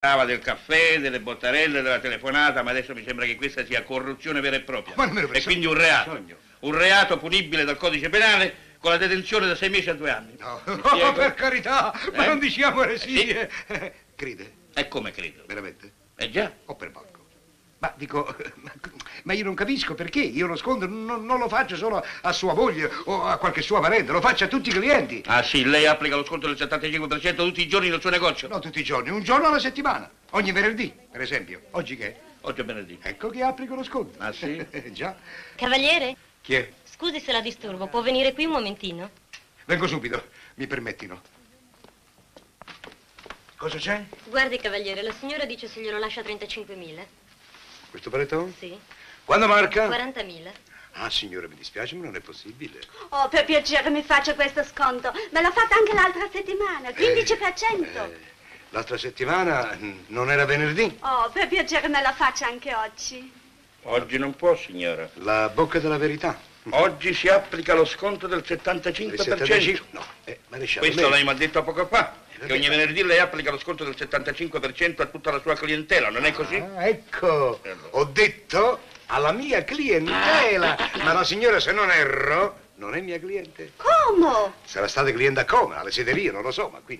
parlava del caffè, delle bottarelle, della telefonata, ma adesso mi sembra che questa sia corruzione vera e propria. Ma non me ne e frega. quindi un reato. Un reato punibile dal codice penale con la detenzione da sei mesi a due anni. No, Mi spiego? per carità, ma Eh? non diciamo Eh, eresie. Crede, E come credo? veramente? Eh già. O per poco? Ma dico, ma- ma io non capisco perché, io lo sconto, non, non lo faccio solo a sua moglie o a qualche sua parente, lo faccio a tutti i clienti. Ah sì, lei applica lo sconto del 75% tutti i giorni nel suo negozio. No, tutti i giorni, un giorno alla settimana, ogni venerdì, per esempio. Oggi che? è? Oggi è venerdì. Ecco che applico lo sconto. Ah, sì? Eh, Già. Cavaliere, Chi è? scusi se la disturbo, può venire qui un momentino? Vengo subito, mi permettino. Cosa c'è? Guardi, cavaliere, la signora dice se glielo lascia 35.000. Questo paletone? Sì, Quando marca? 40.000. Ah, signore, mi dispiace, ma non è possibile. Oh, per piacere mi faccia questo sconto. Me l'ha fatto anche l'altra settimana, 15%. Eh, l'altra settimana mm, non era venerdì. Oh, per piacere me la faccia anche oggi. Oggi non può, signora. La bocca della verità. Oggi si applica lo sconto del Il 75%. 75 No, eh, maresciallo. Questo lei- lei mi ha detto poco fa, che Eh, vabbè. ogni venerdì lei applica lo sconto del 75% a tutta la sua clientela, non è così? Ah, ecco, E allora? ho detto alla mia clientela. Ma la signora, se non erro, non è mia cliente. Come? Sarà stata cliente a Coma, alle sederie, non lo so, ma qui